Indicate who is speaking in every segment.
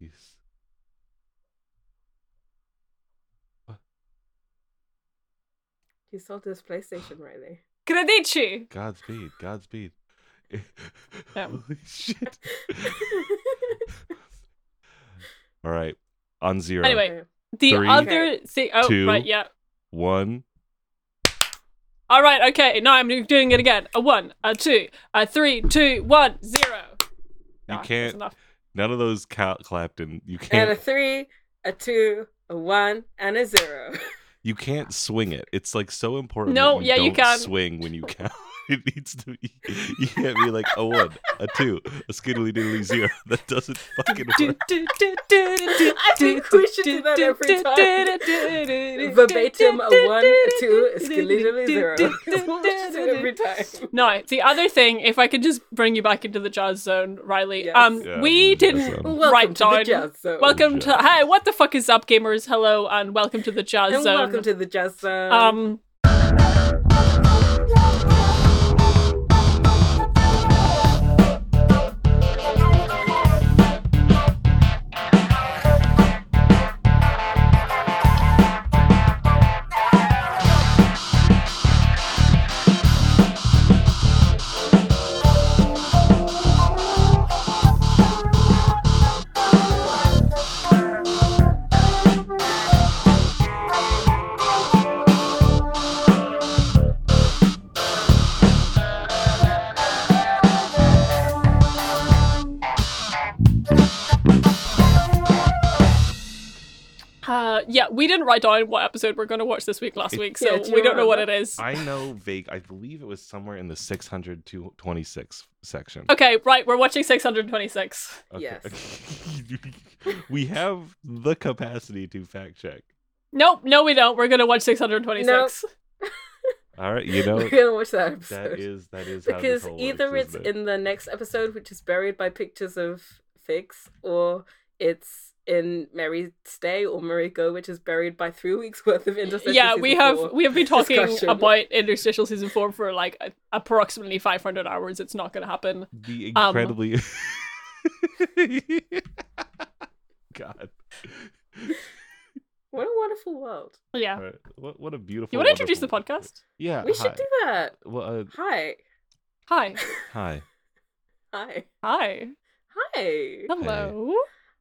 Speaker 1: Yes. What?
Speaker 2: He sold his PlayStation right there.
Speaker 3: Gradici!
Speaker 1: Godspeed. Godspeed.
Speaker 3: Yeah.
Speaker 1: Holy shit. All right. On zero.
Speaker 3: Anyway.
Speaker 2: Okay.
Speaker 3: The
Speaker 1: Three,
Speaker 3: other thing. Oh,
Speaker 1: two.
Speaker 3: right, yeah.
Speaker 1: One.
Speaker 3: All right, okay. No, I'm doing it again. A one, a two, a three, two, one, zero.
Speaker 1: You
Speaker 3: Nah, that's
Speaker 1: can't.
Speaker 3: enough.
Speaker 1: None of those ca- clapped in. You can't.
Speaker 2: And a three, a two, a one, and a zero.
Speaker 1: You can't swing it. It's like so important.
Speaker 3: No,
Speaker 1: that
Speaker 3: yeah, you
Speaker 1: don't
Speaker 3: can't.
Speaker 1: swing when you count. It needs to be. You can't be like a one, a two, a skiddly diddly zero. That doesn't fucking work.
Speaker 2: I think we should do that every
Speaker 3: time.
Speaker 2: Verbatim, a one, a two, a skeletal zero. We'll just do it every time.
Speaker 3: No, the other thing, if I could just bring you back into the jazz zone, Riley.
Speaker 2: Yes.
Speaker 3: Um,
Speaker 1: Yeah,
Speaker 3: we
Speaker 1: that's
Speaker 3: didn't.
Speaker 1: fine.
Speaker 2: Welcome
Speaker 3: write
Speaker 2: to
Speaker 3: down-
Speaker 2: the jazz zone.
Speaker 3: Welcome to hey, what the fuck is up, gamers? Hello, and welcome to the jazz
Speaker 2: and
Speaker 3: zone.
Speaker 2: welcome to the jazz zone.
Speaker 3: um, uh, yeah, we didn't write down what episode we're going to watch this week last
Speaker 1: It-
Speaker 3: week,
Speaker 2: Yeah,
Speaker 3: so
Speaker 2: do you
Speaker 3: we don't know what it
Speaker 2: remember?
Speaker 3: is.
Speaker 1: I know vague. I believe it was somewhere in the 600 to 26 section.
Speaker 3: Okay, right, we're watching 626.
Speaker 1: Yes. we have the capacity to fact check.
Speaker 3: Nope, no, we don't. We're going to watch 626.
Speaker 1: All right. You know,
Speaker 2: We're gonna watch that episode.
Speaker 1: that is that is how this
Speaker 2: because
Speaker 1: whole
Speaker 2: either
Speaker 1: works,
Speaker 2: it's
Speaker 1: isn't it?
Speaker 2: in the next episode, which is buried by pictures of figs, or it's in Mary's Stay or Marie Go, which is buried by three weeks worth of interstitial.
Speaker 3: yeah,
Speaker 2: season
Speaker 3: we have
Speaker 2: four.
Speaker 3: we have been talking
Speaker 2: discussion.
Speaker 3: about interstitial season four for like a- approximately 500 hours. It's not going to happen.
Speaker 1: the
Speaker 3: Um,
Speaker 1: incredibly God.
Speaker 2: What a wonderful world!
Speaker 3: Yeah.
Speaker 1: All right, What what a beautiful.
Speaker 3: You want to introduce the
Speaker 1: wonderful-
Speaker 3: podcast?
Speaker 1: Yeah.
Speaker 2: we
Speaker 1: Uh, hi.
Speaker 2: should do that.
Speaker 1: Well, uh,
Speaker 2: Hi,
Speaker 3: Hi,
Speaker 1: hi.
Speaker 2: hi,
Speaker 3: hi,
Speaker 2: hi,
Speaker 3: hello.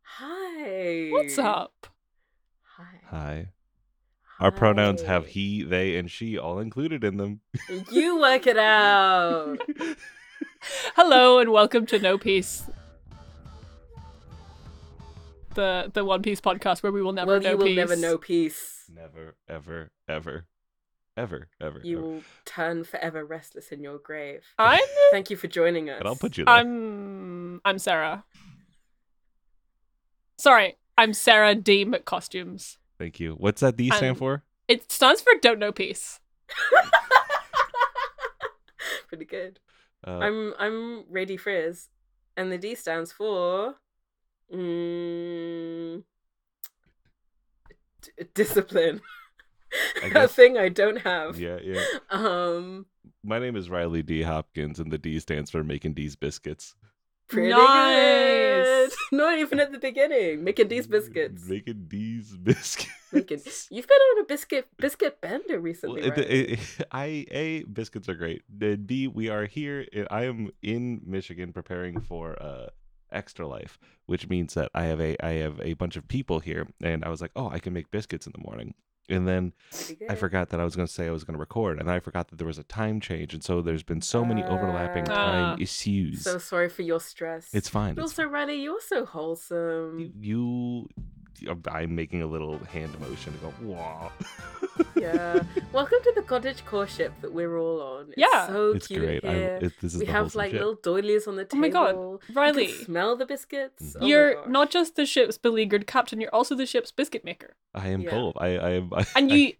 Speaker 2: hi.
Speaker 3: What's up?
Speaker 2: Hi.
Speaker 1: Hi. Our pronouns have
Speaker 2: Hi.
Speaker 1: he, they, and she all included in them.
Speaker 2: You work it out.
Speaker 3: Hello and welcome to No Peace. The the One Piece podcast where we will never
Speaker 2: well,
Speaker 3: know
Speaker 2: you will
Speaker 3: peace.
Speaker 2: never know peace.
Speaker 1: Never, ever, ever, ever, ever.
Speaker 2: You
Speaker 1: ever.
Speaker 2: will turn forever restless in your grave.
Speaker 3: I'm
Speaker 2: Thank you for joining us.
Speaker 1: And I'll put you there.
Speaker 3: I'm I'm Sarah. Sorry, I'm Sarah D McCostumes.
Speaker 1: Thank you. What's that D stand
Speaker 3: I'm-
Speaker 1: for?
Speaker 3: It stands for Don't Know Peace.
Speaker 2: Pretty good.
Speaker 1: Uh,
Speaker 2: I'm I'm Rady Frizz, and the D stands for mm, d- discipline.
Speaker 1: I
Speaker 2: A
Speaker 1: guess-
Speaker 2: thing I don't have.
Speaker 1: yeah, yeah.
Speaker 2: Um,
Speaker 1: My name is Riley D. Hopkins, and the D stands for making D's biscuits.
Speaker 2: pretty
Speaker 3: Nice.
Speaker 2: good. Not even at the beginning. Making these biscuits.
Speaker 1: Making D's biscuits.
Speaker 2: Making. You've been on a biscuit biscuit bender
Speaker 1: Well,
Speaker 2: recently,
Speaker 1: it-
Speaker 2: right?
Speaker 1: it- it- uh, I a biscuits are great. The B we are here. uh, I am in Michigan preparing for uh extra life, which means that I have a I have a bunch of people here, and I was like, oh, I can make biscuits in the morning, and then
Speaker 2: Pretty
Speaker 1: I
Speaker 2: good.
Speaker 1: forgot that I was going to say I was going to record, and I forgot that there was a time change, and so there's been so many overlapping
Speaker 3: Ah.
Speaker 1: time issues.
Speaker 2: So sorry for your stress.
Speaker 1: it's fine.
Speaker 2: But
Speaker 1: It's,
Speaker 2: also, Riley, you're so
Speaker 1: you,
Speaker 2: wholesome.
Speaker 1: you, I'm making a little hand motion to go wow.
Speaker 2: Yeah. Welcome to the cottage core ship that we're all on. It's
Speaker 3: Yeah.
Speaker 2: So
Speaker 1: it's
Speaker 2: cute
Speaker 1: great. I,
Speaker 2: here.
Speaker 1: it, this is
Speaker 2: we
Speaker 1: the
Speaker 2: have
Speaker 1: wholesome
Speaker 2: like
Speaker 1: shit.
Speaker 2: little doilies on the
Speaker 3: Oh
Speaker 2: table.
Speaker 3: my God.
Speaker 2: You can
Speaker 3: Riley,
Speaker 2: smell the biscuits. Oh my
Speaker 3: you're
Speaker 2: gosh.
Speaker 3: not just the ship's beleaguered captain, you're also the ship's biscuit maker.
Speaker 1: I am
Speaker 2: Yeah.
Speaker 1: both. I, I am. I,
Speaker 3: And you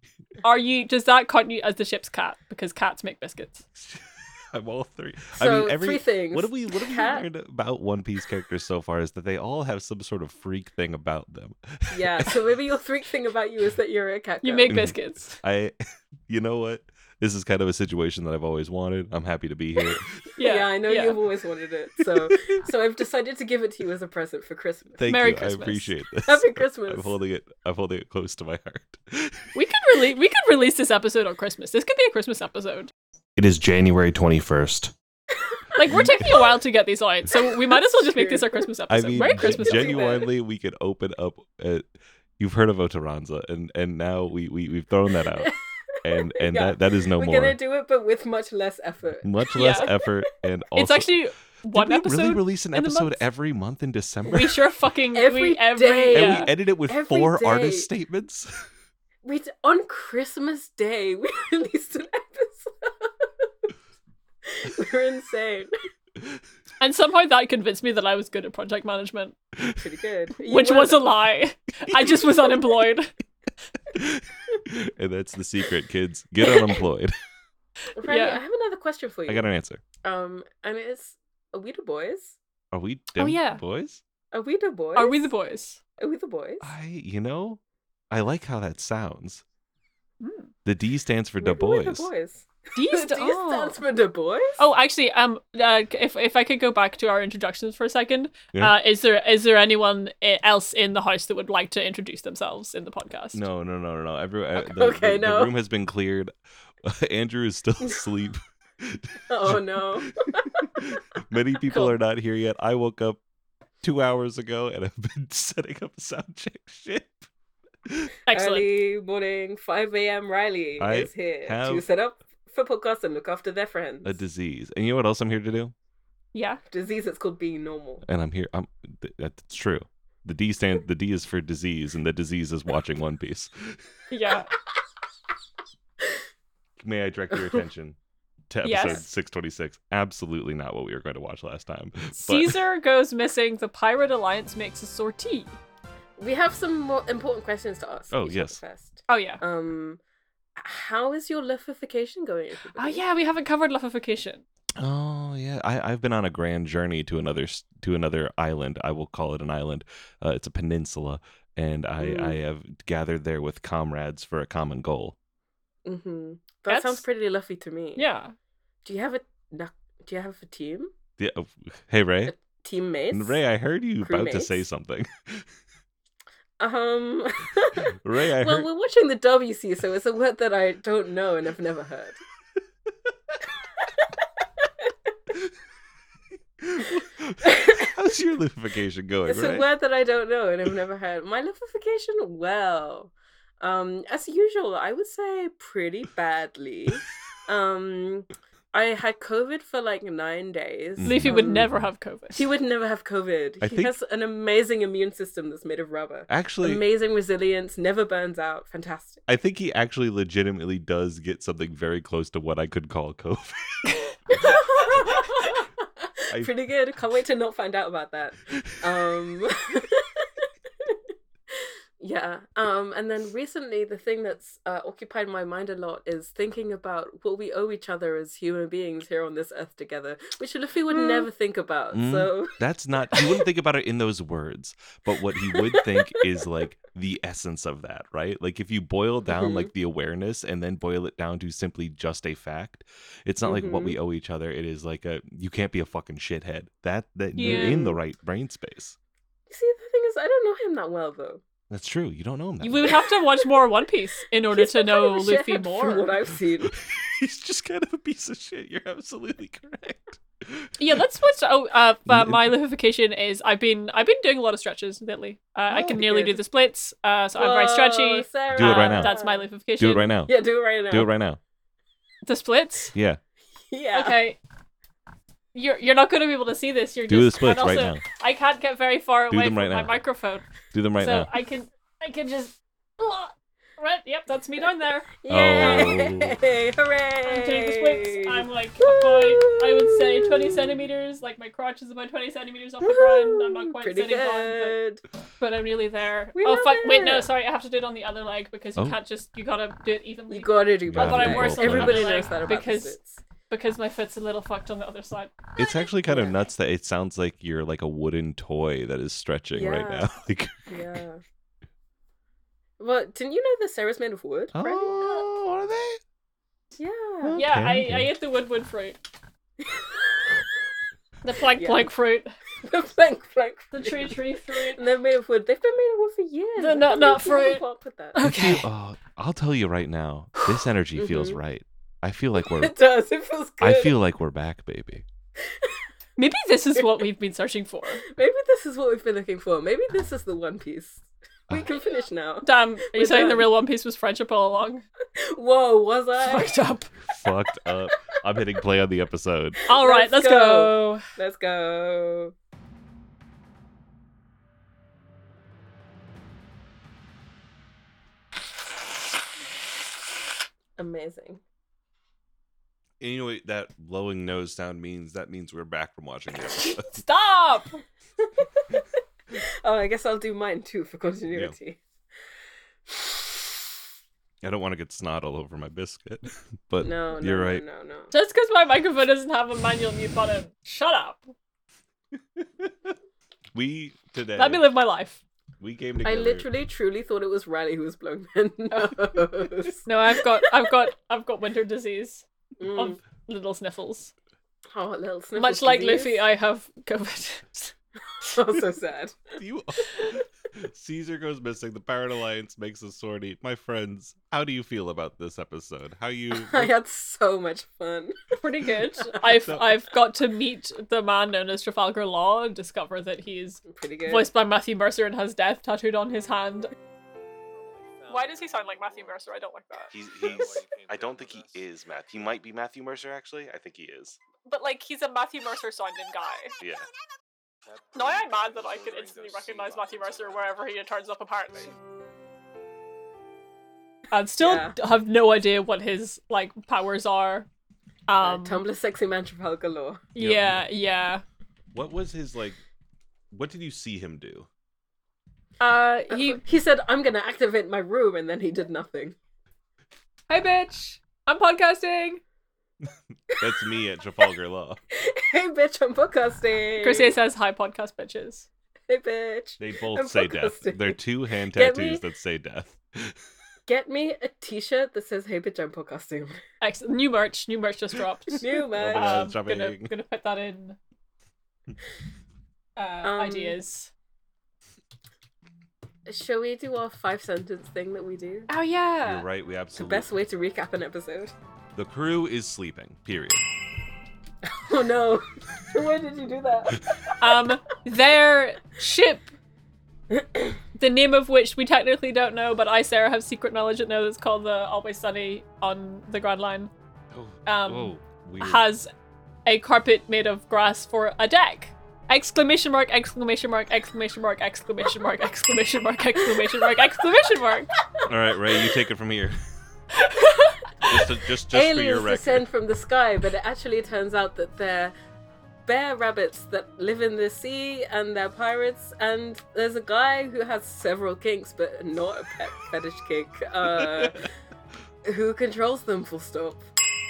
Speaker 3: are you does that count you as the ship's cat? Because cats make biscuits.
Speaker 1: I, am all three.
Speaker 2: So
Speaker 1: I mean, every.
Speaker 2: three things.
Speaker 1: what have we? What have we
Speaker 2: Cat-
Speaker 1: learned about One Piece characters so far? Is that they all have some sort of freak thing about them.
Speaker 2: Yeah. Mm-hmm. So maybe your freak thing about you is that you're a cat.
Speaker 3: You
Speaker 2: girl.
Speaker 3: make
Speaker 1: Mhm.
Speaker 3: biscuits.
Speaker 1: I, you know what? this is kind of a situation that I've always wanted. I'm happy to be here.
Speaker 2: Yeah, I know you've always wanted it. So so I've decided to give it to you as a present for Christmas.
Speaker 1: Thank
Speaker 3: Merry
Speaker 1: you.
Speaker 3: Christmas.
Speaker 1: I appreciate this.
Speaker 2: Happy Christmas.
Speaker 1: I'm holding it. I'm holding it close to my heart.
Speaker 3: We could release we could release this episode on Christmas. This could be a Christmas episode.
Speaker 1: It is January 21st.
Speaker 3: Like we're taking a while to get these lights, so we might as well just make this our Christmas
Speaker 1: I
Speaker 3: episode.
Speaker 1: mean,
Speaker 3: Merry
Speaker 1: ge-
Speaker 3: Christmas.
Speaker 2: gen-
Speaker 3: everyone.
Speaker 1: genuinely, we could open up. Uh, you've heard of Otaranza, and and now we we we've thrown that out, and and
Speaker 2: Yeah.
Speaker 1: that that is no
Speaker 2: We're
Speaker 1: more.
Speaker 2: gonna do it, but with much less effort.
Speaker 1: Much
Speaker 3: Yeah.
Speaker 1: less effort, and also
Speaker 3: it's actually one
Speaker 1: did we
Speaker 3: episode.
Speaker 1: Really release an
Speaker 3: in the
Speaker 1: episode
Speaker 3: month?
Speaker 1: every month in December,
Speaker 3: we sure fucking
Speaker 2: Every
Speaker 3: we, every
Speaker 2: day.
Speaker 1: and
Speaker 3: yeah.
Speaker 1: we edit it with
Speaker 2: Every
Speaker 1: four
Speaker 2: day.
Speaker 1: artist statements.
Speaker 2: We d- on Christmas Day we released an episode. We're insane.
Speaker 3: and somehow that convinced me that I was good at project management,
Speaker 2: Pretty good. You
Speaker 3: which
Speaker 2: were-
Speaker 3: was a lie. I just was unemployed.
Speaker 1: and that's the secret, kids. Get unemployed.
Speaker 2: Franny,
Speaker 3: yeah.
Speaker 2: I have another question for you.
Speaker 1: I got an answer.
Speaker 2: Um, and it's are we the boys?
Speaker 1: Are we? Dem-
Speaker 3: Oh, yeah.
Speaker 1: boys.
Speaker 2: Are we the boys?
Speaker 3: Are we the boys?
Speaker 2: Are we the boys?
Speaker 1: I, you know, I like how that sounds.
Speaker 3: Mm.
Speaker 1: The D stands for Du
Speaker 2: Maybe we're
Speaker 1: Bois.
Speaker 2: the boys.
Speaker 3: D
Speaker 2: The D stands for the boys.
Speaker 3: Oh, actually, um, uh, if if I could go back to our introductions for a second,
Speaker 1: Yeah.
Speaker 3: uh, is there is there anyone i- else in the house that would like to introduce themselves in the podcast?
Speaker 1: No, no, no, no, no. Every, uh,
Speaker 3: Okay.
Speaker 1: the,
Speaker 2: Okay,
Speaker 1: the- the
Speaker 2: no.
Speaker 1: room has been cleared. Andrew is still asleep.
Speaker 2: Oh no.
Speaker 1: Many people
Speaker 3: Cool.
Speaker 1: are not here yet. I woke up two hours ago and I've been setting up a sound check ship.
Speaker 3: excellent.
Speaker 2: Early morning, 5 a.m. Riley
Speaker 1: I
Speaker 2: is here to
Speaker 1: have-
Speaker 2: set up for podcasts and look after their friends.
Speaker 1: A disease. And you know what else I'm here to do?
Speaker 3: Yeah,
Speaker 2: disease that's called being normal.
Speaker 1: And I'm here. I'm. Th- that's true. The D stand. The D is for disease, and the disease is watching One Piece.
Speaker 3: yeah.
Speaker 1: May I direct your attention to episode
Speaker 3: Yes.
Speaker 1: 626? Absolutely not what we were going to watch last time. But
Speaker 3: Caesar goes missing. The Pirate Alliance makes a sortie.
Speaker 2: We have some more important questions to ask.
Speaker 1: Oh,
Speaker 2: each other
Speaker 1: yes.
Speaker 2: First.
Speaker 3: Oh yeah.
Speaker 2: Um, how is your lifification going?
Speaker 3: Oh
Speaker 2: everybody?
Speaker 3: yeah, we haven't covered luffification.
Speaker 1: Oh yeah, I, I've been on a grand journey to another s- to another island. I will call it an island. Uh, it's a peninsula, and I,
Speaker 2: Mm.
Speaker 1: I have gathered there with comrades for a common goal.
Speaker 2: Mm-hmm. That
Speaker 3: That's-
Speaker 2: sounds pretty luffy to me.
Speaker 3: Yeah.
Speaker 2: Do you have a na- do you have a team?
Speaker 1: Yeah. oh, Hey Ray,
Speaker 2: Teammates?
Speaker 1: Ray, I heard you about to say
Speaker 2: Crewmates?
Speaker 1: something.
Speaker 2: Um
Speaker 1: Ray, I
Speaker 2: Well,
Speaker 1: heard.
Speaker 2: we're watching the WC, so it's a word that I don't know and have never heard.
Speaker 1: How's your lubrication going,
Speaker 2: It's a
Speaker 1: Ray?
Speaker 2: word that I don't know and I've never heard. My lifification, well, um, as usual, I would say pretty badly. um, I had COVID for like nine days.
Speaker 1: Mm.
Speaker 3: Leafy would
Speaker 2: Um,
Speaker 3: never have COVID.
Speaker 2: He would never have COVID.
Speaker 1: I
Speaker 2: he
Speaker 1: think-
Speaker 2: has an amazing immune system that's made of rubber.
Speaker 1: Actually,
Speaker 2: amazing resilience, never burns out. Fantastic.
Speaker 1: I think he actually legitimately does get something very close to what I could call COVID. I-
Speaker 2: Pretty good. Can't wait to not find out about that. Um, yeah. Um, and then recently, the thing that's uh, occupied my mind a lot is thinking about what we owe each other as human beings here on this earth together, which Luffy would
Speaker 3: Mm.
Speaker 2: never think about.
Speaker 1: Mm.
Speaker 2: So,
Speaker 1: That's not he wouldn't think about it in those words, but what he would think is like the essence of that, right? Like if you boil down
Speaker 3: Mm-hmm.
Speaker 2: Mhm.
Speaker 1: like the awareness and then boil it down to simply just a fact, it's not like what
Speaker 2: Mhm.
Speaker 3: Mm-hmm.
Speaker 1: we owe each other. It is like a you can't be a fucking shithead. That that you're in
Speaker 2: Yeah.
Speaker 1: the right brain space.
Speaker 2: see, the thing is, I don't know him that well though.
Speaker 1: That's true. You don't know him. That
Speaker 3: We
Speaker 1: well.
Speaker 3: would have to watch more One Piece in order
Speaker 2: He's
Speaker 3: to
Speaker 2: been kind
Speaker 3: know
Speaker 2: of a
Speaker 3: Luffy
Speaker 2: shithead From what
Speaker 3: more.
Speaker 2: I've seen.
Speaker 1: He's just kind of a piece of shit. You're absolutely correct.
Speaker 3: Yeah, let's watch. Oh, uh, uh,
Speaker 1: Mm.
Speaker 3: my lifification is I've been I've been doing a lot of stretches lately. Uh, I can
Speaker 2: Oh,
Speaker 3: nearly do
Speaker 2: good.
Speaker 3: the splits, uh, so I'm very
Speaker 2: Whoa,
Speaker 3: stretchy. Uh,
Speaker 2: Sarah.
Speaker 1: Do it right now.
Speaker 3: That's my lifification.
Speaker 1: Do it right now.
Speaker 2: Yeah, do it right now.
Speaker 1: Do it right now.
Speaker 3: The splits.
Speaker 1: Yeah.
Speaker 2: Yeah.
Speaker 3: Okay. You're you're not going to be able to see this. You're
Speaker 1: Do the
Speaker 3: just and
Speaker 1: splits right
Speaker 3: also,
Speaker 1: now.
Speaker 3: I can't get very far
Speaker 1: Do
Speaker 3: away
Speaker 1: them
Speaker 3: from
Speaker 1: right
Speaker 3: my
Speaker 1: now.
Speaker 3: microphone,
Speaker 1: Do them right
Speaker 3: so
Speaker 1: now.
Speaker 3: I can I can just. Right. Yep. That's me down there.
Speaker 1: Oh.
Speaker 2: Yay! Hooray!
Speaker 3: I'm doing the splits. I'm like by I would say 20 centimeters. Like my crotch is about 20 centimeters off the ground. I'm not quite
Speaker 2: Pretty
Speaker 3: sitting on,
Speaker 2: good.
Speaker 3: but, but I'm nearly there.
Speaker 2: We
Speaker 3: oh
Speaker 2: love
Speaker 3: fuck! Wait, no,
Speaker 2: it.
Speaker 3: sorry. I have to do it on the other leg because you
Speaker 1: Oh.
Speaker 3: can't just. You gotta do it evenly
Speaker 2: You gotta do
Speaker 1: Yeah,
Speaker 2: both
Speaker 3: but I'm
Speaker 2: legs.
Speaker 3: worse on
Speaker 2: Everybody
Speaker 3: the other
Speaker 2: knows
Speaker 3: leg
Speaker 2: that about
Speaker 3: because-
Speaker 2: the splits.
Speaker 3: because my foot's a little fucked on the other side.
Speaker 1: It's actually kind of
Speaker 2: Yeah.
Speaker 1: nuts that it sounds like you're like a wooden toy that is stretching right
Speaker 2: Yeah.
Speaker 1: now. Like,
Speaker 2: Yeah. Well, didn't you know that Sarah's made of wood? Right?
Speaker 1: oh, what are "Oh, they?
Speaker 2: Yeah.
Speaker 3: Yeah, I,
Speaker 1: Okay.
Speaker 3: I ate the wood wood fruit. the plank
Speaker 2: Yeah.
Speaker 3: plank fruit.
Speaker 2: the plank, plank.
Speaker 3: The tree tree fruit.
Speaker 2: And they're made of wood. They've been made of wood for years.
Speaker 3: They're
Speaker 2: I've
Speaker 3: not-
Speaker 2: been
Speaker 3: not
Speaker 2: making people
Speaker 3: fruit.
Speaker 2: walk with that.
Speaker 1: If you-
Speaker 3: Okay.
Speaker 1: oh, I'll tell you right now, this energy feels
Speaker 2: Mhm.
Speaker 1: right. I feel like we're
Speaker 2: It does. It feels good.
Speaker 1: I feel like we're back, baby.
Speaker 3: Maybe this is what we've been searching for.
Speaker 2: Maybe this is what we've been looking for. Maybe this is the One Piece. We
Speaker 1: Ah.
Speaker 2: can finish now.
Speaker 3: Damn, are you
Speaker 2: We're
Speaker 3: saying the
Speaker 2: done.
Speaker 3: real One Piece was friendship all along?
Speaker 2: Whoa, was
Speaker 3: It's
Speaker 2: I?
Speaker 3: Fucked up.
Speaker 1: Fucked up. I'm hitting play on the episode.
Speaker 3: All right,
Speaker 2: Let's
Speaker 3: let's
Speaker 2: go.
Speaker 3: go.
Speaker 2: Let's go. Amazing.
Speaker 1: And you know what that blowing nose sound means? That means we're back from watching the episode.
Speaker 3: Stop.
Speaker 2: Oh, I guess I'll do mine too for continuity.
Speaker 1: I don't want to get snot all over my biscuit, but
Speaker 2: No, no,
Speaker 1: you're
Speaker 2: no,
Speaker 1: right.
Speaker 2: no, no.
Speaker 3: Just because my microphone doesn't have a manual mute button, shut up.
Speaker 1: we today
Speaker 3: Let me live my life.
Speaker 1: we came together.
Speaker 2: I literally, truly thought it was Riley who was blowing their nose.
Speaker 3: No, I've got, I've got, I've got winter disease
Speaker 2: Mm.
Speaker 3: of little sniffles.
Speaker 2: Oh, little sniffles
Speaker 3: Much like
Speaker 2: disease.
Speaker 3: Luffy, I have COVID.
Speaker 2: Oh, so sad.
Speaker 1: You- Caesar goes missing. The Pirate Alliance makes a sortie. My friends, how do you feel about this episode? How you?
Speaker 2: I had so much fun.
Speaker 3: Pretty good. I've,
Speaker 1: So-
Speaker 3: I've got to meet the man known as Trafalgar Law and discover that he's
Speaker 2: Pretty good.
Speaker 3: voiced by Matthew Mercer and has death tattooed on his hand. Why does he sound like Matthew Mercer? I don't like that.
Speaker 1: He's, he's. I don't think he is Matt. He might be Matthew Mercer. Actually, I think he is.
Speaker 3: But like, he's a Matthew Mercer sounding guy.
Speaker 1: Yeah.
Speaker 3: No, I'm mad that I could instantly recognize Matthew Mercer wherever he turns up, apparently. And still
Speaker 2: Yeah.
Speaker 3: have no idea what his like powers are.
Speaker 2: Uh,
Speaker 3: Um,
Speaker 2: Tumblr sexy man Trafalgar galore.
Speaker 3: yeah, yeah.
Speaker 1: What was his like? What did you see him do?
Speaker 3: Uh,
Speaker 2: He
Speaker 3: he,
Speaker 2: he said, "I'm gonna activate my room," and then he did nothing.
Speaker 3: hey bitch, I'm podcasting.
Speaker 1: That's me at Trafalgar Law.
Speaker 2: Hey bitch, I'm podcasting.
Speaker 3: Chrissy says hi, podcast bitches.
Speaker 2: Hey bitch,
Speaker 1: They both
Speaker 2: I'm
Speaker 1: say death.
Speaker 2: focusing.
Speaker 1: They're two hand
Speaker 2: Get
Speaker 1: tattoos
Speaker 2: me-
Speaker 1: that say death.
Speaker 2: get me a T-shirt that says "Hey bitch, I'm podcasting."
Speaker 3: Excellent. New merch, new merch just dropped.
Speaker 2: New
Speaker 1: my God.
Speaker 2: man.
Speaker 3: um,
Speaker 1: dropping.
Speaker 3: gonna gonna put that in. Uh, ideas.
Speaker 2: Shall we do our five sentence thing that we do?
Speaker 3: Oh yeah.
Speaker 1: You're right. We
Speaker 2: It's the
Speaker 1: absolutely.
Speaker 2: best way to recap an episode.
Speaker 1: The crew is sleeping. Period.
Speaker 2: Oh no! Why did you do that?
Speaker 3: um, their ship, the name of which we technically don't know, but I, Sarah, have secret knowledge and know that's called the Always Sunny on the Grand Line,
Speaker 1: Oh,
Speaker 3: Um,
Speaker 1: whoa, weird.
Speaker 3: has a carpet made of grass for a deck. Exclamation mark, exclamation mark, exclamation mark, exclamation mark, exclamation mark, exclamation mark, exclamation mark.
Speaker 1: All right, Ray, you take it from here. just, to, just, just for your
Speaker 2: Aliens
Speaker 1: record.
Speaker 2: descend from the sky, but it actually turns out that they're bear rabbits that live in the sea and they're pirates. And there's a guy who has several kinks, but not a pet fetish kink, uh, who controls them. Full stop.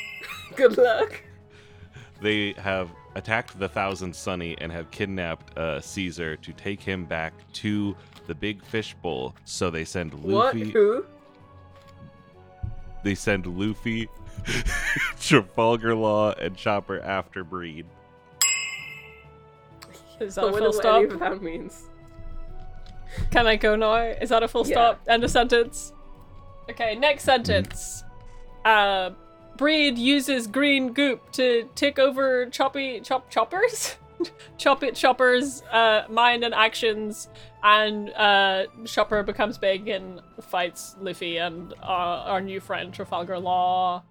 Speaker 2: Good luck.
Speaker 1: They have attacked the Thousand Sunny and have kidnapped uh, Caesar to take him back to the Big Fish Bowl. So they send
Speaker 2: What?
Speaker 1: Luffy.
Speaker 2: Who?
Speaker 1: They send Luffy, Trafalgar Law, and Chopper after Breed.
Speaker 3: Is
Speaker 2: I
Speaker 3: that a
Speaker 2: wonder
Speaker 3: full
Speaker 2: what any
Speaker 3: stop?
Speaker 2: of that means.
Speaker 3: Can I go now? Is that a full
Speaker 2: Yeah.
Speaker 3: stop? End of sentence. Okay, next sentence. Uh, Breed uses green goop to take over Choppy Chop Choppers, Chop It Choppers' uh, mind and actions, and uh, Chopper becomes big and fights Luffy and uh, our new friend Trafalgar Law.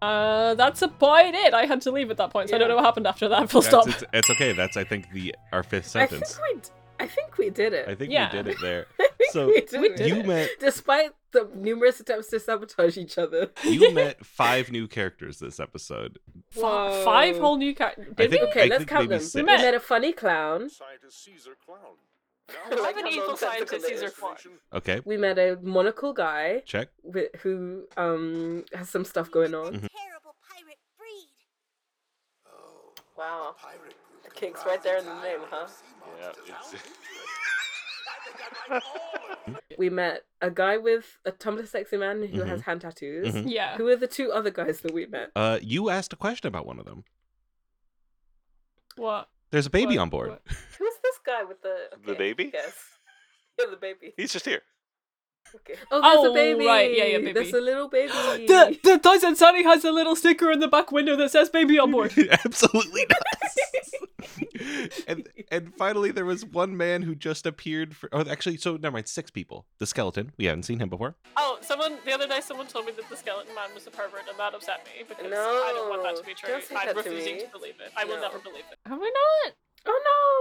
Speaker 3: Uh, that's about it. I had to leave at that point, so I don't
Speaker 2: Yeah.
Speaker 3: know what happened after that. Full
Speaker 1: That's,
Speaker 3: Oh, stop.
Speaker 1: it's, it's okay. That's I think the our fifth
Speaker 2: I think
Speaker 1: sentence.
Speaker 2: we. d- I think we did it.
Speaker 1: I think
Speaker 3: Yeah.
Speaker 1: we did it there. So
Speaker 2: we did
Speaker 3: we
Speaker 2: it.
Speaker 3: did
Speaker 1: you
Speaker 3: it.
Speaker 1: met
Speaker 2: Despite the numerous attempts to sabotage each other.
Speaker 1: you met five new characters this episode.
Speaker 3: F- Five
Speaker 2: Whoa.
Speaker 3: whole new characters.
Speaker 1: I think
Speaker 2: Okay,
Speaker 1: I
Speaker 2: let's
Speaker 1: think
Speaker 2: count
Speaker 1: maybe
Speaker 2: them. We
Speaker 1: six.
Speaker 2: met a funny clown.
Speaker 4: Scientist Caesar Clown.
Speaker 2: I
Speaker 4: Now
Speaker 2: like
Speaker 4: an
Speaker 2: how
Speaker 4: evil
Speaker 2: long that took
Speaker 4: scientist
Speaker 2: a
Speaker 4: Caesar
Speaker 2: little
Speaker 4: Clown.
Speaker 1: Okay,
Speaker 2: we met a monocle guy
Speaker 1: check.
Speaker 2: wi who um has some stuff going
Speaker 1: Mm.
Speaker 2: on.
Speaker 1: Mm-hmm.
Speaker 5: Terrible pirate breed.
Speaker 2: Wow.
Speaker 4: Pirate group
Speaker 2: The kink's right
Speaker 4: comprised
Speaker 2: there in the name,
Speaker 4: entirely of sea monsters. How interesting. I think
Speaker 2: We met a guy with a Tumblr sexy man who has hand tattoos.
Speaker 1: Mhm.
Speaker 3: Yeah.
Speaker 2: Who are the two other guys that we met?
Speaker 1: Uh, you asked a question about one of them.
Speaker 3: What?
Speaker 1: There's a baby
Speaker 3: What?
Speaker 1: on board.
Speaker 3: What?
Speaker 2: Who's this guy with the
Speaker 1: The baby?
Speaker 2: Yes. Yeah, the baby.
Speaker 1: He's just here.
Speaker 2: Okay. Oh, there's
Speaker 3: Oh,
Speaker 2: a baby.
Speaker 3: right, yeah, yeah, baby.
Speaker 2: There's a little baby.
Speaker 3: The the Dice and Sunny has a little sticker in the back window that says "Baby on board."
Speaker 1: Absolutely not. and and finally, there was one man who just appeared for. Oh, actually, so never mind. Six people. The skeleton. We haven't seen him before.
Speaker 3: Oh, someone the other day, someone told me that the skeleton man was a pervert, and that upset me because I don't want that to be
Speaker 2: No,
Speaker 3: true.
Speaker 2: don't say
Speaker 3: I'm
Speaker 2: that to
Speaker 3: refusing
Speaker 2: me.
Speaker 3: to, believe it. I will
Speaker 2: No.
Speaker 3: never believe it. Have we not?
Speaker 2: oh no,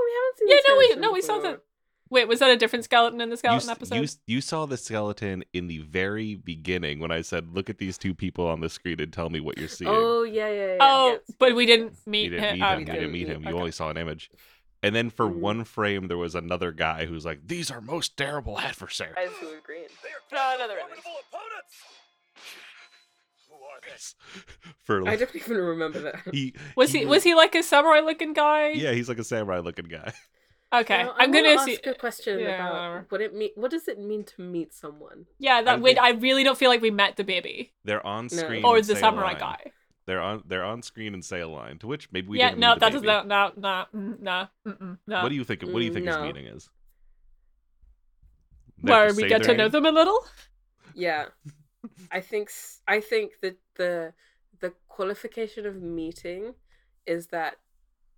Speaker 2: we haven't seen.
Speaker 3: Yeah,
Speaker 2: this
Speaker 3: no, we-
Speaker 2: skeleton
Speaker 3: no, we saw
Speaker 2: before.
Speaker 3: that- Wait, was that a different skeleton in the
Speaker 1: You
Speaker 3: skeleton
Speaker 1: s-
Speaker 3: episode?
Speaker 1: You, s- you saw the skeleton in the very beginning when I said, "Look at these two people on the screen and tell me what you're seeing."
Speaker 2: Oh yeah, yeah, yeah.
Speaker 3: oh,
Speaker 2: yes.
Speaker 3: but we didn't meet
Speaker 1: you didn't
Speaker 3: him.
Speaker 1: meet
Speaker 3: Oh,
Speaker 1: him. You
Speaker 3: okay.
Speaker 1: didn't meet him. You
Speaker 3: Okay.
Speaker 1: only saw an image. And then for
Speaker 2: Mm.
Speaker 1: one frame, there was another guy who's like, "These are most terrible adversaries."
Speaker 2: Eyes who were green.
Speaker 3: No, no, they're really.
Speaker 1: For
Speaker 2: I
Speaker 1: like,
Speaker 2: don't even remember that.
Speaker 1: he
Speaker 3: Was he was he like a samurai looking guy?
Speaker 1: Yeah, he's like a samurai looking guy.
Speaker 3: Okay,
Speaker 2: Now, I
Speaker 3: I'm
Speaker 2: wanna
Speaker 3: gonna
Speaker 2: ask
Speaker 3: see.
Speaker 2: a question
Speaker 3: yeah,
Speaker 2: about
Speaker 3: whatever.
Speaker 2: what it mean. What does it mean to meet someone?
Speaker 3: Yeah,
Speaker 1: I
Speaker 3: that would.
Speaker 1: think-
Speaker 3: I really don't feel like we met the baby
Speaker 1: They're on
Speaker 2: No.
Speaker 1: screen.
Speaker 3: or
Speaker 1: and
Speaker 3: the
Speaker 1: say a
Speaker 3: samurai
Speaker 1: line.
Speaker 3: guy.
Speaker 1: They're on. They're on screen and say a line. To which maybe we.
Speaker 3: yeah,
Speaker 1: didn't
Speaker 3: no,
Speaker 1: meet the
Speaker 3: that does
Speaker 1: baby.
Speaker 3: not. No, no, mm, no, mm-mm, no.
Speaker 1: What do you think? What do you think his
Speaker 2: No.
Speaker 1: meaning is? They have
Speaker 3: Where
Speaker 1: to
Speaker 3: we
Speaker 1: say
Speaker 3: get
Speaker 1: their
Speaker 3: to know
Speaker 1: name?
Speaker 3: them a little.
Speaker 2: Yeah, I think s- I think that the the qualification of meeting is that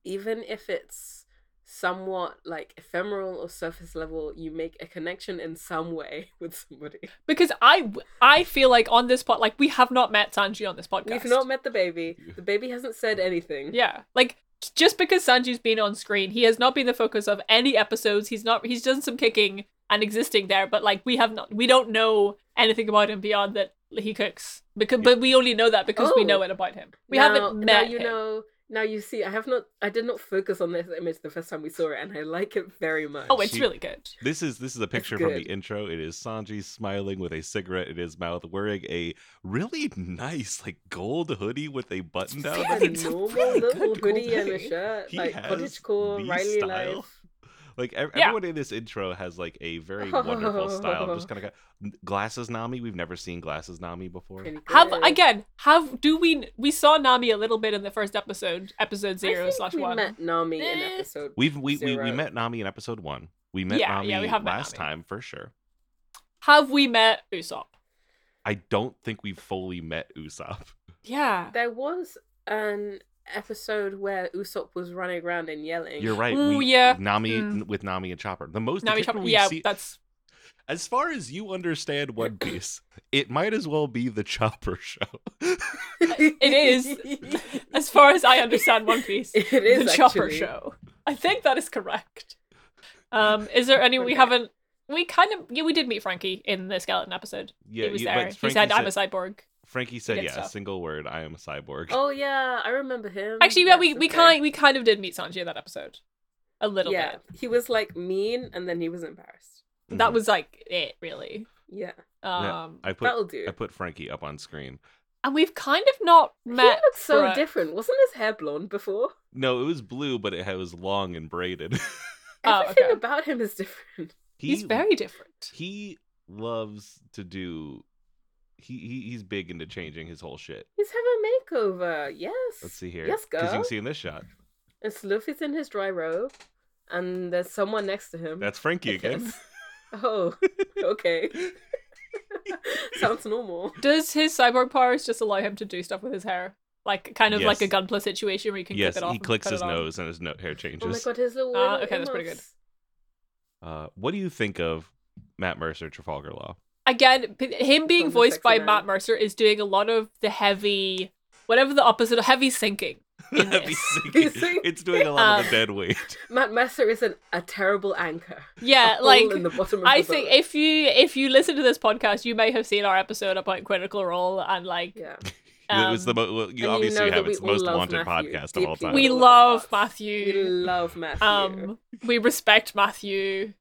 Speaker 2: even if it's somewhat like ephemeral or surface level, you make a connection in some way with somebody.
Speaker 3: Because I, I feel like on this pod, like we have not met Sanji on this podcast.
Speaker 2: We've not met the baby. The baby hasn't said anything.
Speaker 3: Yeah, like just because Sanji's been on screen, he has not been the focus of any episodes. He's not. He's done some kicking and existing there, but like we have not. We don't know anything about him beyond that he cooks. Because, but we only know that because we
Speaker 2: Oh.
Speaker 3: know it about him. We
Speaker 2: Now-
Speaker 3: haven't met
Speaker 2: now you
Speaker 3: him.
Speaker 2: know now you see I have not I did not focus on this image the first time we saw it and I like it very much.
Speaker 3: Oh, it's
Speaker 1: She-
Speaker 3: really good.
Speaker 1: This is this is a picture from the
Speaker 2: good.
Speaker 1: intro. It is Sanji smiling with a cigarette in his mouth, wearing a really nice like gold hoodie with a button down.
Speaker 2: Just
Speaker 3: Yeah,
Speaker 1: on
Speaker 2: a
Speaker 1: it.
Speaker 3: it's a
Speaker 2: normal
Speaker 3: really
Speaker 2: little
Speaker 3: good
Speaker 2: hoodie and a
Speaker 3: gourmet.
Speaker 2: shirt,
Speaker 1: He
Speaker 2: like
Speaker 1: has
Speaker 2: cottage core,
Speaker 1: the
Speaker 2: Riley
Speaker 1: style.
Speaker 2: life.
Speaker 1: Like ev-
Speaker 3: Yeah.
Speaker 1: everyone in this intro has like a very wonderful style. I'm just kind of glasses Nami. We've never seen glasses Nami before.
Speaker 2: Pretty
Speaker 3: Have
Speaker 2: good.
Speaker 3: again? Have do we? We saw Nami a little bit in the first episode,
Speaker 2: I
Speaker 3: episode zero
Speaker 2: think
Speaker 3: slash
Speaker 2: we
Speaker 3: one.
Speaker 2: met Nami in
Speaker 3: Eh.
Speaker 2: episode.
Speaker 1: We've we, we, we
Speaker 2: Zero.
Speaker 1: met Nami in episode one. We met
Speaker 3: Yeah,
Speaker 1: Nami
Speaker 3: yeah, we have met
Speaker 1: last
Speaker 3: Nami.
Speaker 1: time for sure.
Speaker 3: Have we met Usopp?
Speaker 1: I don't think we've fully met Usopp.
Speaker 3: Yeah.
Speaker 2: There was an episode where Usopp was running around and yelling.
Speaker 1: You're right.
Speaker 3: Ooh,
Speaker 1: we-
Speaker 3: yeah.
Speaker 1: Nami
Speaker 3: Mm.
Speaker 1: with Nami and Chopper. The most the
Speaker 3: Nami
Speaker 1: character
Speaker 3: Chopper.
Speaker 1: we
Speaker 3: Yeah,
Speaker 1: see-
Speaker 3: that's
Speaker 1: as far as you understand One Piece, it might as well be the Chopper show.
Speaker 3: it is. as far as I understand One Piece.
Speaker 2: It is
Speaker 3: the Chopper
Speaker 2: actually.
Speaker 3: Show. I think that is correct. Um, is there any we
Speaker 2: Okay.
Speaker 3: haven't? We kind of yeah, we did meet Frankie in the skeleton episode.
Speaker 1: Yeah,
Speaker 3: he was
Speaker 1: you-
Speaker 3: there.
Speaker 1: but
Speaker 3: He said, "I'm
Speaker 1: Frankie
Speaker 3: a
Speaker 1: said,
Speaker 3: cyborg."
Speaker 1: Frankie said,
Speaker 3: did
Speaker 1: yeah, a
Speaker 3: stuff.
Speaker 1: single word. I am a cyborg.
Speaker 2: Oh yeah, I remember him.
Speaker 3: Actually, yeah, we
Speaker 2: Yes,
Speaker 3: we
Speaker 2: okay.
Speaker 3: kind we kind of did meet Sanji in that episode, a little
Speaker 2: yeah,
Speaker 3: bit.
Speaker 2: he was like mean, and then he was embarrassed.
Speaker 3: That
Speaker 1: Mhm.
Speaker 3: was like it really.
Speaker 2: Yeah,
Speaker 3: Um,
Speaker 1: I put
Speaker 2: that'll do.
Speaker 1: I put Frankie up on screen.
Speaker 3: and we've kind of not
Speaker 2: he
Speaker 3: met.
Speaker 2: looked so
Speaker 3: Brooke.
Speaker 2: different. Wasn't his hair blonde before?
Speaker 1: No, it was blue, but it had- was long and braided.
Speaker 3: Oh,
Speaker 2: Everything
Speaker 3: okay.
Speaker 2: about him is different.
Speaker 1: he,
Speaker 3: He's very different.
Speaker 1: He loves to do. He, he he's big into changing his whole shit.
Speaker 2: He's having a makeover. Yes.
Speaker 1: Let's see here.
Speaker 2: Yes,
Speaker 1: you
Speaker 2: girl.
Speaker 1: can see in this shot,
Speaker 2: It's Luffy's in his dry robe, and there's someone next to him.
Speaker 1: that's Frankie
Speaker 2: I
Speaker 1: again.
Speaker 2: guess. Oh, okay. Sounds normal.
Speaker 3: Does his cyborg powers just allow him to do stuff with his hair, like kind of like
Speaker 1: Yes.
Speaker 3: a Gunpla situation where you can
Speaker 1: yes,
Speaker 3: clip it off?
Speaker 1: he
Speaker 3: and
Speaker 1: clicks
Speaker 3: cut
Speaker 1: his
Speaker 3: it off?
Speaker 1: nose and his no- hair
Speaker 2: Oh my
Speaker 1: changes.
Speaker 2: god, his little.
Speaker 3: Ah,
Speaker 2: little
Speaker 3: okay, that's pretty good.
Speaker 2: earmuffs.
Speaker 1: uh, what do you think of Matt Mercer Trafalgar Law?
Speaker 3: again, p- him being
Speaker 2: From the
Speaker 3: voiced by
Speaker 2: Sexy Man.
Speaker 3: Matt Mercer is doing a lot of the heavy, whatever the opposite of heavy sinking. In
Speaker 1: That'd be
Speaker 3: this.
Speaker 1: sinking.
Speaker 2: He's sinking.
Speaker 1: It's doing a lot of the
Speaker 3: Um,
Speaker 1: dead weight.
Speaker 2: Matt Mercer is an, a terrible anchor. A
Speaker 3: Yeah,
Speaker 2: hole
Speaker 3: like
Speaker 2: in the bottom of
Speaker 3: I
Speaker 2: the
Speaker 3: think
Speaker 2: boat.
Speaker 3: if you if you listen to this podcast, you may have seen our episode about Critical Role and like
Speaker 2: Yeah.
Speaker 1: it was the
Speaker 3: um,
Speaker 1: mo- well, you
Speaker 2: you
Speaker 1: obviously
Speaker 2: know that
Speaker 1: have
Speaker 2: we
Speaker 1: it's the
Speaker 2: all
Speaker 1: most
Speaker 2: love
Speaker 1: wanted
Speaker 2: Matthew
Speaker 1: podcast of all
Speaker 2: deeply.
Speaker 1: time.
Speaker 3: we
Speaker 2: Love
Speaker 3: love
Speaker 2: us. We
Speaker 3: Matthew.
Speaker 2: love Matthew.
Speaker 3: Um, we respect Matthew.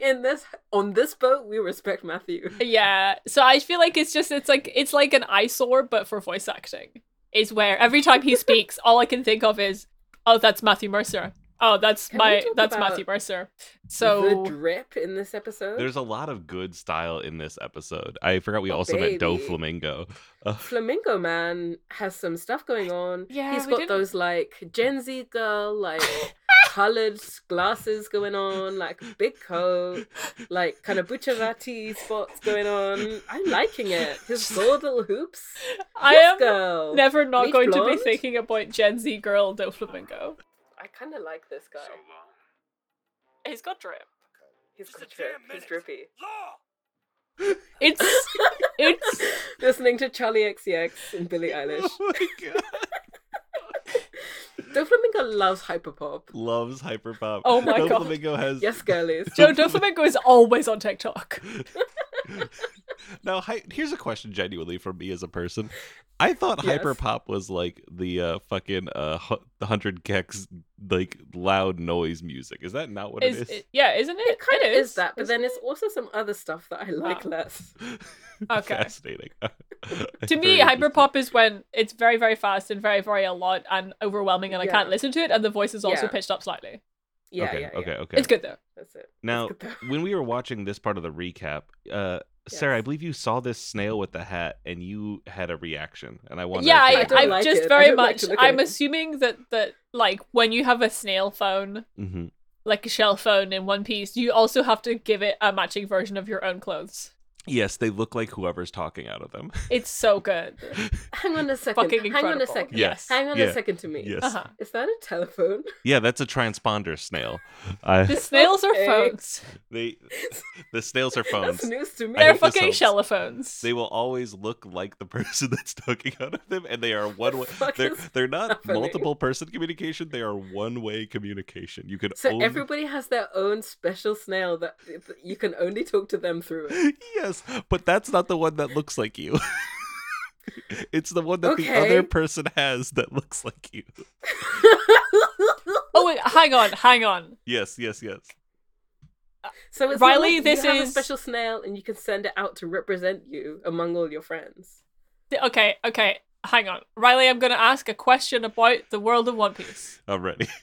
Speaker 2: In this, on this boat, we respect Matthew.
Speaker 3: Yeah, so I feel like it's just it's like it's like an eyesore, but for voice acting is where every time he speaks, all I can think of is, oh, that's Matthew Mercer. Oh, that's
Speaker 2: Can we
Speaker 3: my
Speaker 2: talk
Speaker 3: that's
Speaker 2: about
Speaker 3: Matthew Mercer.
Speaker 2: the
Speaker 3: So
Speaker 2: drip in this episode.
Speaker 1: There's a lot of good style in this episode. I forgot we
Speaker 2: Oh,
Speaker 1: also met Do
Speaker 2: baby.
Speaker 1: Flamingo. Uh,
Speaker 2: Flamingo Man has some stuff going on.
Speaker 3: Yeah,
Speaker 2: he's
Speaker 3: we
Speaker 2: got
Speaker 3: didn't-
Speaker 2: those like Gen Z girl like colored glasses going on, like big coat, like kind of butcherati spots going on. I'm liking it. His little hoops.
Speaker 3: I
Speaker 2: Yes,
Speaker 3: am
Speaker 2: girl.
Speaker 3: never not
Speaker 2: Bleach
Speaker 3: going to
Speaker 2: blonde?
Speaker 3: be thinking about Gen Z girl Del Flamingo.
Speaker 2: I kind of like this guy.
Speaker 3: He's got drip.
Speaker 2: He's got drip. He's drippy.
Speaker 3: It's it's
Speaker 2: Listening to Charlie XCX and Billie Eilish.
Speaker 1: oh my god.
Speaker 2: Doflamingo loves hyperpop.
Speaker 1: Loves hyperpop.
Speaker 3: Oh my
Speaker 1: Do
Speaker 3: God.
Speaker 1: Flamingo has
Speaker 2: Yes, girlies.
Speaker 3: Joe Del Flamingo is always on TikTok.
Speaker 1: now hi- here's a question genuinely from me as a person i thought
Speaker 2: Yes.
Speaker 1: hyperpop was like the uh fucking uh hu- the hundred gex like loud noise music is that not what
Speaker 3: Is
Speaker 1: it is
Speaker 3: it- yeah, isn't it?
Speaker 2: It kind of is, that, but
Speaker 3: isn't
Speaker 2: then
Speaker 3: it?
Speaker 2: it's also some other stuff that I like
Speaker 3: Ah.
Speaker 2: less.
Speaker 3: Okay.
Speaker 1: fascinating
Speaker 3: to me, hyperpop is when it's very, very fast and very, very a lot and overwhelming, and I
Speaker 2: Yeah.
Speaker 3: can't listen to it, and the voice is also
Speaker 2: Yeah.
Speaker 3: pitched up slightly.
Speaker 2: Yeah,
Speaker 1: okay
Speaker 2: yeah, yeah.
Speaker 1: okay Oh. okay
Speaker 3: It's good though.
Speaker 2: That's it. That's
Speaker 1: now
Speaker 2: good though.
Speaker 1: when we were watching this part of the recap uh Sarah, I
Speaker 2: Yes.
Speaker 1: believe you saw this snail with the hat, and you had a reaction, and I wanted.
Speaker 3: yeah,
Speaker 1: to
Speaker 3: I,
Speaker 1: hear
Speaker 2: I
Speaker 3: I,
Speaker 2: don't
Speaker 1: about
Speaker 2: like
Speaker 3: just
Speaker 2: it. I
Speaker 3: very
Speaker 2: don't like
Speaker 3: much.
Speaker 2: to look at
Speaker 3: I'm
Speaker 2: it.
Speaker 3: assuming that that like when you have a snail phone,
Speaker 1: it. Mhm.
Speaker 3: like a shell phone in One Piece, you also have to give it a matching version of your own clothes.
Speaker 1: Yes, they look like whoever's talking out of them.
Speaker 3: It's so good.
Speaker 2: Hang on a second.
Speaker 3: Fucking
Speaker 2: Hang on a
Speaker 3: incredible.
Speaker 2: second.
Speaker 1: Yes.
Speaker 2: Hang on
Speaker 1: Yeah.
Speaker 2: a second to me.
Speaker 1: Yes.
Speaker 3: Uh-huh.
Speaker 2: Is that a telephone?
Speaker 1: Yeah, that's a transponder snail. I
Speaker 3: The snails are
Speaker 2: Okay.
Speaker 3: phones.
Speaker 1: They, the snails are
Speaker 2: That's
Speaker 1: phones.
Speaker 2: news to me.
Speaker 1: I
Speaker 3: They're
Speaker 1: hope this
Speaker 3: fucking
Speaker 1: helps.
Speaker 3: shellophones.
Speaker 1: They will always look like the person that's talking out of them, and they are one way.
Speaker 2: fuck
Speaker 1: They're
Speaker 2: is
Speaker 1: they're not
Speaker 2: happening?
Speaker 1: multiple person communication. They are one way communication. You can
Speaker 2: So
Speaker 1: only
Speaker 2: everybody has their own special snail that that you can only talk to them through it.
Speaker 1: yes, but that's not the one that looks like you. it's the one that the other
Speaker 2: Okay.
Speaker 1: person has that looks like you.
Speaker 3: Oh wait, hang on, hang on.
Speaker 1: Yes, yes, yes.
Speaker 2: so it's
Speaker 3: Riley,
Speaker 2: Riley,
Speaker 3: this
Speaker 2: you have
Speaker 3: is-
Speaker 2: a special snail and you can send it out to represent you among all your friends.
Speaker 3: Th- Okay, okay, hang on. Riley, I'm gonna ask a question about the world of One Piece.
Speaker 1: I'm ready.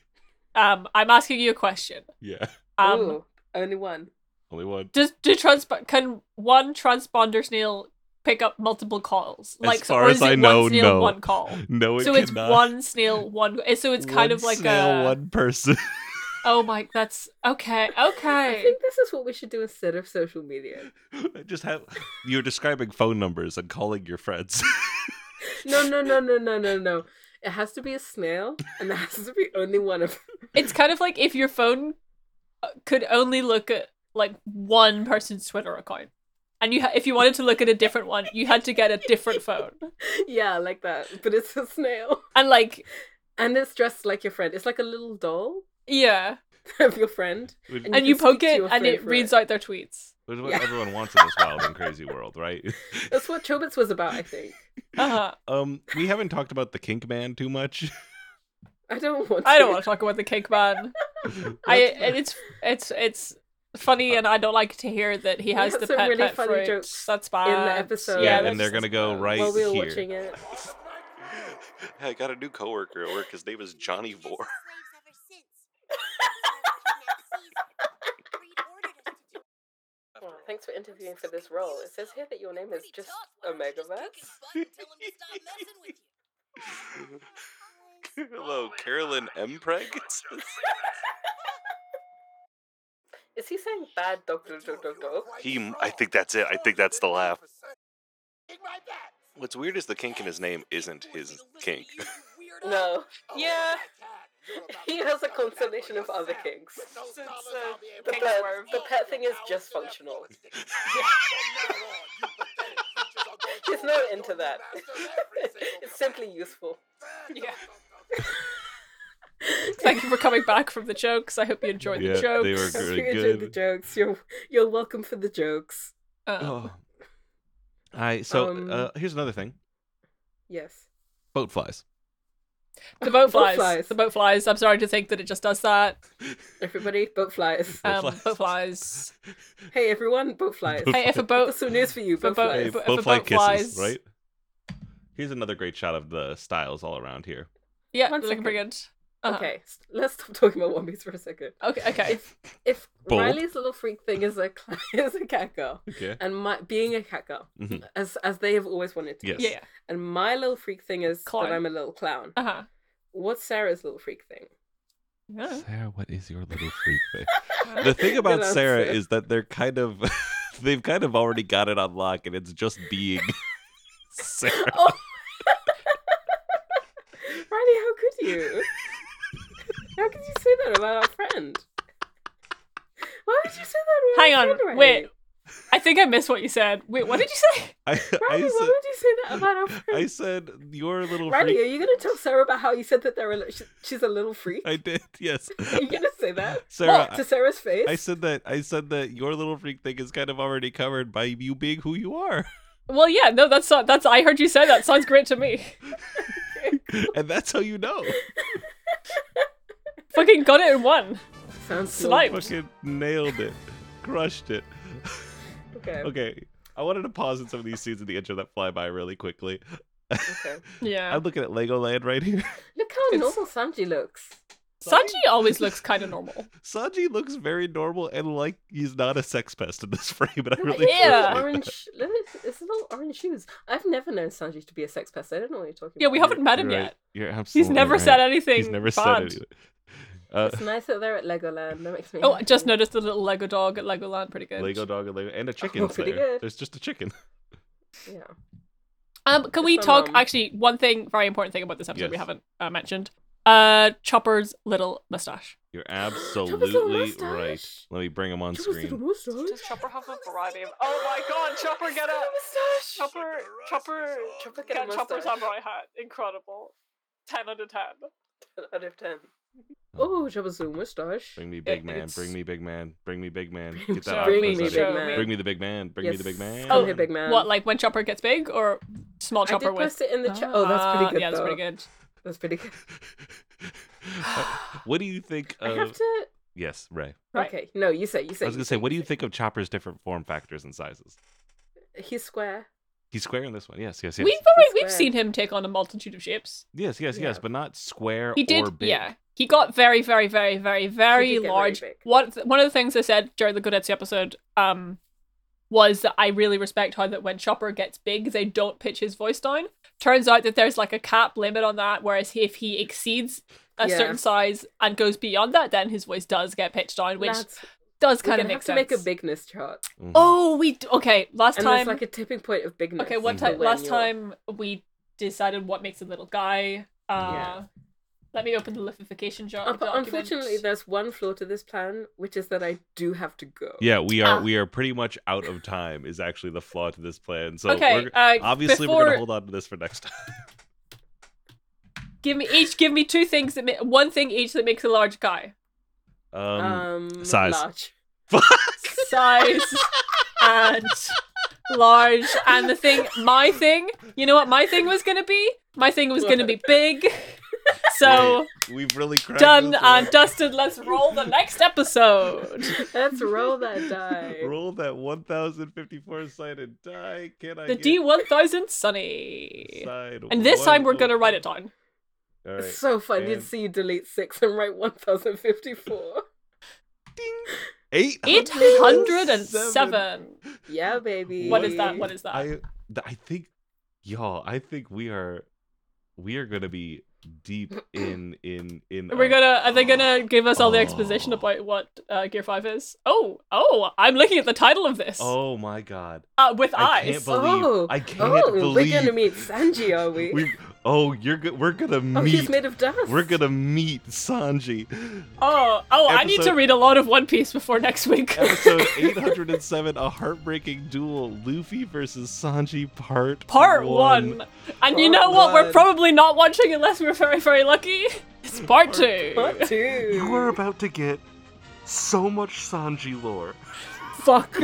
Speaker 3: Um, I'm asking you a question.
Speaker 1: Yeah,
Speaker 3: Um,
Speaker 2: Ooh, only one.
Speaker 1: only one.
Speaker 3: does do transp- can one transponder snail pick up multiple calls?
Speaker 1: As
Speaker 3: Like, so-
Speaker 1: far
Speaker 3: or
Speaker 1: as
Speaker 3: is it
Speaker 1: I know,
Speaker 3: one snail,
Speaker 1: no.
Speaker 3: one call.
Speaker 1: No, it
Speaker 3: so it's
Speaker 1: cannot.
Speaker 3: one snail, one. So it's kind
Speaker 1: One
Speaker 3: of like
Speaker 1: snail,
Speaker 3: a.
Speaker 1: one person.
Speaker 3: Oh my, that's okay,
Speaker 2: I
Speaker 3: okay.
Speaker 2: think this is what we should do instead of social media.
Speaker 1: Just have you're describing phone numbers and calling your friends.
Speaker 2: No, no, no, no, no, no, no. It has to be a snail, and there has to be only one of
Speaker 3: It's kind of like if your phone uh, could only look at like one person's Twitter account, and you ha- if you wanted to look at a different one, you had to get a different phone,
Speaker 2: Yeah, like that. But it's a snail.
Speaker 3: and like and
Speaker 2: And it's dressed like your friend. It's like a little doll
Speaker 3: yeah,
Speaker 2: of your friend.
Speaker 1: Which-
Speaker 2: And
Speaker 3: and
Speaker 2: you
Speaker 3: you
Speaker 2: can speak
Speaker 3: poke
Speaker 2: to
Speaker 3: it
Speaker 2: your
Speaker 3: and
Speaker 2: friend
Speaker 3: it
Speaker 2: for
Speaker 3: reads
Speaker 2: it.
Speaker 3: out their tweets.
Speaker 1: Which is what
Speaker 2: Yeah.
Speaker 1: everyone wants in this wild and crazy world, right?
Speaker 2: That's what Chobits was about, I think.
Speaker 3: Uh huh.
Speaker 1: Um, we haven't talked about the kink man too much.
Speaker 2: I don't want
Speaker 3: I don't want to talk about the cake man. I
Speaker 1: That's-
Speaker 3: and it's it's it's funny, and I don't like to hear that he has
Speaker 2: had
Speaker 3: the
Speaker 2: some
Speaker 3: pet
Speaker 2: really
Speaker 3: pet
Speaker 2: funny
Speaker 3: fruit.
Speaker 2: jokes
Speaker 3: That's bad.
Speaker 2: episode.
Speaker 1: yeah,
Speaker 2: Yeah,
Speaker 1: and
Speaker 3: that's-
Speaker 1: they're gonna go right
Speaker 2: while we were
Speaker 1: here.
Speaker 2: watching it.
Speaker 1: Hey, I got a new coworker at work. His name is Johnny
Speaker 5: We've been
Speaker 1: Vore.
Speaker 5: slaves ever since. Breed ordered us to do it.
Speaker 2: Oh, thanks for interviewing for this role. It says here that your name is
Speaker 5: Pretty
Speaker 2: just
Speaker 5: tough. Why don't you just kick
Speaker 2: Omegaverse.
Speaker 5: his butt and tell him to stop messing with you?
Speaker 1: Hello, Carolyn M. Preg.
Speaker 2: Is he saying bad dog dog dog dog dog?
Speaker 1: He, I think that's it. I think that's the laugh. What's weird is the kink in his name isn't his kink.
Speaker 2: No.
Speaker 5: Oh,
Speaker 3: Yeah.
Speaker 2: He has a constellation of other kinks. The
Speaker 3: Kink
Speaker 2: pet,
Speaker 3: swerve.
Speaker 2: the pet thing is just functional. He's not into that. it's simply useful.
Speaker 3: Yeah. Thank you for coming back from the jokes. I hope you enjoyed
Speaker 1: Yeah,
Speaker 3: the jokes.
Speaker 1: they were
Speaker 2: Hope
Speaker 1: Very
Speaker 2: you enjoyed the
Speaker 1: good.
Speaker 2: jokes. You're you're welcome for the jokes.
Speaker 3: Um,
Speaker 1: Oh. I so
Speaker 2: Um,
Speaker 1: uh, here's another thing.
Speaker 2: Yes.
Speaker 1: Boat flies.
Speaker 3: The boat flies.
Speaker 2: flies.
Speaker 3: The boat flies. I'm sorry to think that it just does that.
Speaker 2: Everybody, boat flies.
Speaker 1: Boat
Speaker 3: Um,
Speaker 1: flies.
Speaker 3: Boat flies.
Speaker 2: hey everyone, boat flies.
Speaker 1: Boat
Speaker 3: Hey, if a
Speaker 2: That's
Speaker 3: boat,
Speaker 2: some news for you,
Speaker 3: For
Speaker 2: boat
Speaker 3: boat-
Speaker 1: Hey,
Speaker 2: flies.
Speaker 3: if a
Speaker 1: boat fly
Speaker 3: boat
Speaker 1: kisses,
Speaker 3: flies-
Speaker 1: right? Here's another great shot of the styles all around here.
Speaker 3: yeah,
Speaker 2: One
Speaker 3: looking pretty good. Uh-huh.
Speaker 2: Okay, s- let's stop talking about One Piece for a second.
Speaker 3: Okay. Okay.
Speaker 2: If if
Speaker 1: Bold.
Speaker 2: Riley's little freak thing is a cl- is a cat girl,
Speaker 1: Okay.
Speaker 2: and my being a cat girl,
Speaker 1: Mhm.
Speaker 2: as as they have always wanted to, be,
Speaker 1: Yes.
Speaker 3: Yeah.
Speaker 2: and my little freak thing is
Speaker 3: Clown.
Speaker 2: that I'm a little clown.
Speaker 3: Uh huh.
Speaker 2: What's Sarah's little freak thing?
Speaker 3: Yeah.
Speaker 1: Sarah, what is your little freak thing? The thing about
Speaker 2: Good
Speaker 1: Sarah
Speaker 2: answer.
Speaker 1: is that they're kind of they've kind of already got it on lock and it's just being Sarah.
Speaker 2: Oh. Riley, how could you? how could you say that about our friend? Why would you say that? About
Speaker 3: Hang
Speaker 2: our
Speaker 3: on,
Speaker 2: friend,
Speaker 3: wait.
Speaker 2: Riley?
Speaker 3: I think I missed what you said. Wait, what did you say?
Speaker 1: I, I,
Speaker 2: Riley, why
Speaker 1: said,
Speaker 2: would you say that about our friend?
Speaker 1: I said your little
Speaker 2: Riley, are
Speaker 1: freak.
Speaker 2: you gonna tell Sarah about how you said that they're a, li- she- she's a little freak?
Speaker 1: I did, yes.
Speaker 2: Are you gonna say that
Speaker 1: Sarah,
Speaker 2: to Sarah's face?
Speaker 1: I, I said that I said that your little freak thing is kind of already covered by you being who you are.
Speaker 3: Well, yeah, no, that's not, that's. I heard you say that. Sounds great to me.
Speaker 1: and that's how you know.
Speaker 3: Fucking got it in one.
Speaker 2: Sounds
Speaker 3: Snipe.
Speaker 1: Fucking nailed it. Crushed it.
Speaker 2: cool. Okay. okay.
Speaker 1: Okay. I wanted to pause in some of these scenes in the intro that fly by really quickly.
Speaker 3: Yeah.
Speaker 1: I'm looking at Legoland right here.
Speaker 2: Look how
Speaker 3: It's-
Speaker 2: normal Sanji looks.
Speaker 3: Sanji always looks kind of normal.
Speaker 1: Sanji looks very normal and like he's not a sex pest in this frame, and I
Speaker 2: Look at
Speaker 1: really
Speaker 2: his little
Speaker 3: Yeah.
Speaker 1: appreciate
Speaker 2: Orange. Look at his little orange shoes. I've never known Sanji to be a sex pest. I don't know what you're talking
Speaker 3: Yeah,
Speaker 2: about.
Speaker 3: we haven't met him
Speaker 1: You're right.
Speaker 3: yet.
Speaker 1: You're absolutely
Speaker 3: He's never
Speaker 1: right.
Speaker 3: said anything.
Speaker 1: He's never said
Speaker 3: bad.
Speaker 1: anything. Uh,
Speaker 2: It's nice that they're at Legoland. That makes me.
Speaker 3: Oh, I just
Speaker 2: happy.
Speaker 3: noticed the little Lego dog at Legoland. Pretty good.
Speaker 1: Lego dog and Lego and a chicken.
Speaker 2: pretty
Speaker 1: there.
Speaker 2: good.
Speaker 1: There's just a chicken.
Speaker 2: Yeah.
Speaker 3: Um, can we
Speaker 2: It's my
Speaker 3: talk?
Speaker 2: mum.
Speaker 3: Actually, one thing, very important thing about this episode we
Speaker 1: Yes.
Speaker 3: haven't uh, mentioned. Uh, Chopper's little mustache.
Speaker 1: You're
Speaker 2: Chopper's little
Speaker 1: absolutely
Speaker 2: mustache.
Speaker 1: right. Let me bring him on
Speaker 2: Chopper's little
Speaker 1: screen.
Speaker 2: mustache.
Speaker 3: Chopper have
Speaker 5: a variety of-
Speaker 3: Oh my God! Chopper,
Speaker 2: Little mustache.
Speaker 3: Chopper, Chopper,
Speaker 2: Chopper get a mustache.
Speaker 3: hat. Incredible. Ten out of ten.
Speaker 2: Out of ten. Oh, Chopper's little mustache.
Speaker 1: Bring me big man.
Speaker 3: it's-
Speaker 1: Bring me big man. Bring me big man.
Speaker 2: Bring
Speaker 1: Get that octopus
Speaker 3: Bring me
Speaker 1: out of
Speaker 3: big
Speaker 1: here.
Speaker 3: man.
Speaker 1: Bring me the big man. Bring me the big
Speaker 2: Yes.
Speaker 1: man.
Speaker 2: Come here, big man.
Speaker 3: What, like when Chopper gets big, or small
Speaker 2: Um, I did
Speaker 3: Chopper with?
Speaker 2: post it in the chat. Oh, that's pretty
Speaker 3: Ah,
Speaker 2: good.
Speaker 3: Yeah, that's
Speaker 2: though.
Speaker 3: pretty good.
Speaker 2: That's pretty good.
Speaker 1: Uh, what do you think
Speaker 2: I have
Speaker 1: of?
Speaker 2: to.
Speaker 1: Yes, Ray.
Speaker 3: Right.
Speaker 2: Okay, no, you say. You say.
Speaker 1: Uh, I was gonna say, what do you think of Chopper's different form factors and sizes?
Speaker 2: He's square.
Speaker 1: He's square in this one. Yes, yes, yes.
Speaker 3: We've already,
Speaker 2: It's
Speaker 3: we've
Speaker 2: red.
Speaker 3: seen him take on a multitude of shapes.
Speaker 1: Yes, yes,
Speaker 2: Yeah.
Speaker 1: yes, but not square
Speaker 3: He
Speaker 1: or
Speaker 3: did,
Speaker 1: big.
Speaker 3: yeah. He got very, very, very, very, very
Speaker 2: get very
Speaker 3: large.
Speaker 2: big.
Speaker 3: What one of the things I said during the Goodetsu episode, um, was that I really respect how that when Chopper gets big, they don't pitch his voice down. Turns out that there's like a cap limit on that, whereas if he exceeds a
Speaker 2: Yeah.
Speaker 3: certain size and goes beyond that, then his voice does get pitched down, which
Speaker 2: Lads,
Speaker 3: does
Speaker 2: we're
Speaker 3: kind of
Speaker 2: gonna
Speaker 3: make
Speaker 2: have
Speaker 3: sense.
Speaker 2: to make a bigness chart,
Speaker 1: Mhm.
Speaker 3: oh, we d- okay. Last
Speaker 2: and
Speaker 3: time,
Speaker 2: there's like a tipping point of bigness.
Speaker 3: okay, what
Speaker 1: Mhm.
Speaker 3: time?
Speaker 2: when
Speaker 3: Last
Speaker 2: you're-
Speaker 3: time we decided what makes a little guy. Uh,
Speaker 2: Yeah.
Speaker 3: Let me open the lithification jar.
Speaker 2: Uh, but
Speaker 3: document.
Speaker 2: unfortunately, there's one flaw to this plan, which is that I do have to go.
Speaker 1: Yeah, we are
Speaker 3: Ah.
Speaker 1: we are pretty much out of time. Is actually the flaw to this plan. So
Speaker 3: okay.
Speaker 1: we're,
Speaker 3: uh,
Speaker 1: obviously
Speaker 3: before,
Speaker 1: we're gonna hold on to this for next time.
Speaker 3: give me each. Give me two things that ma- one thing each that makes a large guy.
Speaker 1: Um,
Speaker 2: Um,
Speaker 1: size.
Speaker 2: Large.
Speaker 3: Size and large. And the thing, my thing. You know what my thing was gonna be? My thing was gonna be big. So
Speaker 1: we've really cracked
Speaker 3: done uh,
Speaker 1: this
Speaker 3: and
Speaker 1: one.
Speaker 3: dusted. Let's roll the next episode.
Speaker 2: Let's roll that die.
Speaker 1: Roll that one thousand fifty four sided die. Can I
Speaker 3: The
Speaker 1: get
Speaker 3: D one thousand Sunny.
Speaker 1: side
Speaker 3: And this time we're
Speaker 1: one?
Speaker 3: gonna write it down.
Speaker 1: All
Speaker 2: It's
Speaker 1: right.
Speaker 2: so funny to
Speaker 1: and-
Speaker 2: see you delete six and write 1054.
Speaker 1: Eight
Speaker 3: Eight hundred and seven.
Speaker 2: yeah, baby.
Speaker 3: What is that? What is that?
Speaker 1: I th- I think y'all, I think we are we are gonna be deep in in in
Speaker 3: We're
Speaker 1: uh,
Speaker 3: gonna are they gonna give us all the
Speaker 1: Oh.
Speaker 3: exposition about what uh, Gear Five is? Oh, oh! I'm looking at the title of this
Speaker 1: Oh my god.
Speaker 3: uh, with
Speaker 1: I
Speaker 3: eyes.
Speaker 1: can't believe
Speaker 2: Oh,
Speaker 1: I can't
Speaker 2: Oh,
Speaker 1: believe
Speaker 2: we're gonna meet Sanji, are we?
Speaker 1: we Oh you're go- we're gonna
Speaker 2: oh, he's
Speaker 1: meet
Speaker 2: made of dust.
Speaker 1: we're gonna meet Sanji.
Speaker 3: oh, oh! I need to
Speaker 1: Episode-
Speaker 3: read a lot of One Piece before next week.
Speaker 1: Episode 807, a heartbreaking duel, Luffy versus Sanji part
Speaker 3: part one. And you
Speaker 2: Part
Speaker 3: know what? We're
Speaker 2: one.
Speaker 3: probably not watching unless we're very, very lucky. It's part,
Speaker 1: Part
Speaker 3: two.
Speaker 2: Part two.
Speaker 1: You are about to get so much Sanji lore.
Speaker 3: Fuck.